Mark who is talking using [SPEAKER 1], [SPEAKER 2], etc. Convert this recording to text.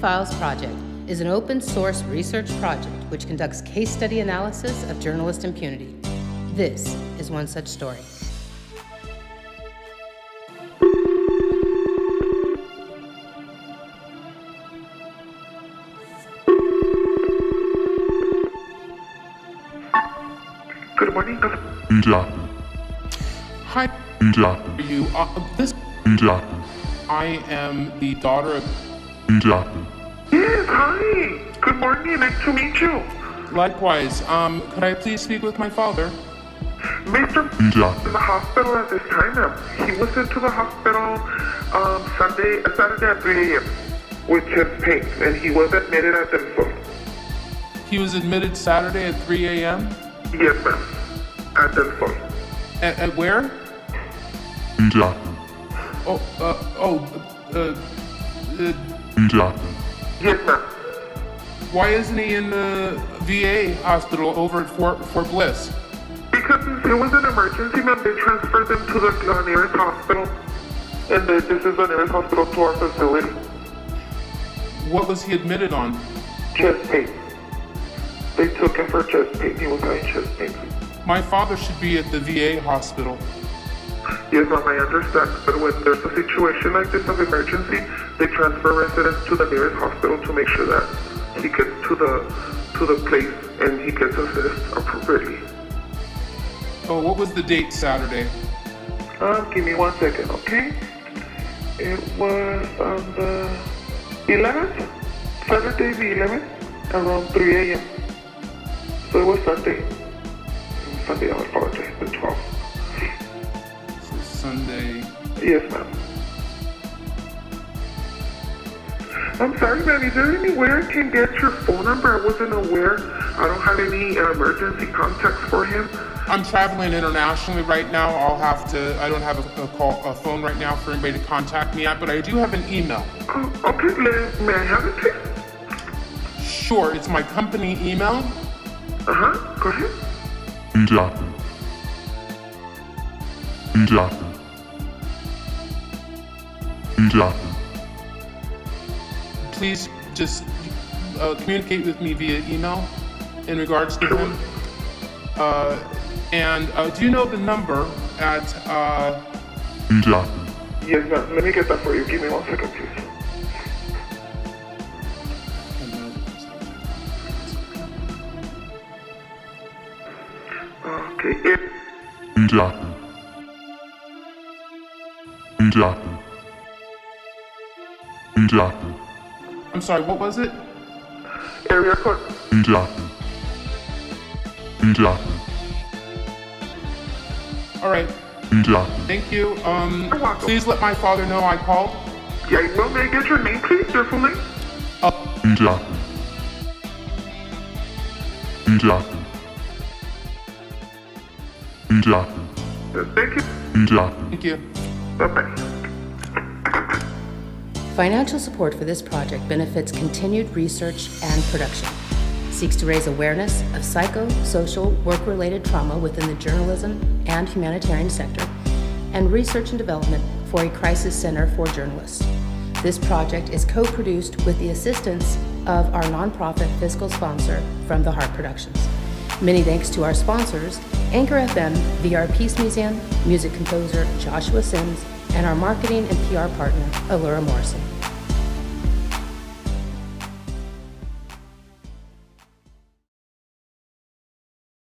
[SPEAKER 1] Files Project is an open source research project which conducts case study analysis of journalist impunity. This is one such story.
[SPEAKER 2] Good morning. Good
[SPEAKER 3] Exactly.
[SPEAKER 2] Hi,
[SPEAKER 3] Exactly.
[SPEAKER 2] are you? Uh, this.
[SPEAKER 3] Exactly.
[SPEAKER 2] I am the daughter of.
[SPEAKER 3] Exactly.
[SPEAKER 4] Yes, hi. Good morning. Nice to meet you.
[SPEAKER 2] Likewise, um, could I please speak with my father?
[SPEAKER 4] Mr. in
[SPEAKER 3] Exactly.
[SPEAKER 4] the hospital at this time. ma'am. He was into the hospital um, Sunday, uh, Saturday at 3 a.m. with chest pain, and he was admitted at the hospital.
[SPEAKER 2] He was admitted Saturday at 3 a.m.
[SPEAKER 4] Yes, ma'am. At the hospital.
[SPEAKER 2] At, at where?
[SPEAKER 3] Exactly.
[SPEAKER 2] Oh, uh, oh, uh, uh,
[SPEAKER 3] Exactly.
[SPEAKER 4] Yes, ma'am.
[SPEAKER 2] why isn't he in the VA hospital over at Fort, Fort Bliss?
[SPEAKER 4] Because it was an emergency, ma'am. They transferred them to the uh, nearest hospital, and the, this is the nearest hospital to our facility.
[SPEAKER 2] What was he admitted on?
[SPEAKER 4] Chest pain. They took him for chest pain. He was having chest pain.
[SPEAKER 2] My father should be at the VA hospital.
[SPEAKER 4] Yes, ma'am, I understand. But when there's a situation like this of emergency, they transfer residents to the nearest hospital to make sure that he gets to the to the place and he gets assessed appropriately.
[SPEAKER 2] Oh, what was the date Saturday?
[SPEAKER 4] Um, give me one second, okay? It was on the 11th, Saturday the 11th, around 3 a.m. So it was Sunday. Sunday, I apologize, the 12th.
[SPEAKER 2] So Sunday.
[SPEAKER 4] Yes, ma'am. I'm sorry, ma'am. Is there anywhere I can get your phone number? I wasn't aware. I don't have any uh, emergency contacts for him.
[SPEAKER 2] I'm traveling internationally right now. I'll have to. I don't have a, a call, a phone right now for anybody to contact me at, but I do have an email.
[SPEAKER 4] Oh, okay, let, may I have it, please?
[SPEAKER 2] Sure, it's my company email.
[SPEAKER 4] Uh huh. Go ahead.
[SPEAKER 3] Exactly. Exactly. Exactly.
[SPEAKER 2] Please just uh, communicate with me via email in regards to him. Uh, and uh, do you know the number at? Uh,
[SPEAKER 3] Exactly.
[SPEAKER 4] Yes, ma'am. Let me get that for you. Give me one second, please. Okay. eh, It,
[SPEAKER 3] Exactly. Exactly. Exactly.
[SPEAKER 2] I'm sorry. What was it?
[SPEAKER 4] area code.
[SPEAKER 3] Exactly. Exactly.
[SPEAKER 2] All right.
[SPEAKER 3] Exactly.
[SPEAKER 2] Thank you. Um,
[SPEAKER 4] You're welcome.
[SPEAKER 2] please let my father know I called.
[SPEAKER 4] Yeah, well, may I get your name, please? Your full name?
[SPEAKER 2] Uh,
[SPEAKER 3] Exactly. Exactly. Exactly.
[SPEAKER 4] Uh, Thank you.
[SPEAKER 3] Exactly.
[SPEAKER 2] thank you.
[SPEAKER 4] Bye bye.
[SPEAKER 1] Financial support for this project benefits continued research and production, seeks to raise awareness of psychosocial work related trauma within the journalism and humanitarian sector, and research and development for a crisis center for journalists. This project is co produced with the assistance of our nonprofit fiscal sponsor from the Heart Productions. Many thanks to our sponsors, Anchor FM, VR Peace Museum, music composer Joshua Sims, and our marketing and PR partner, Allura Morrison.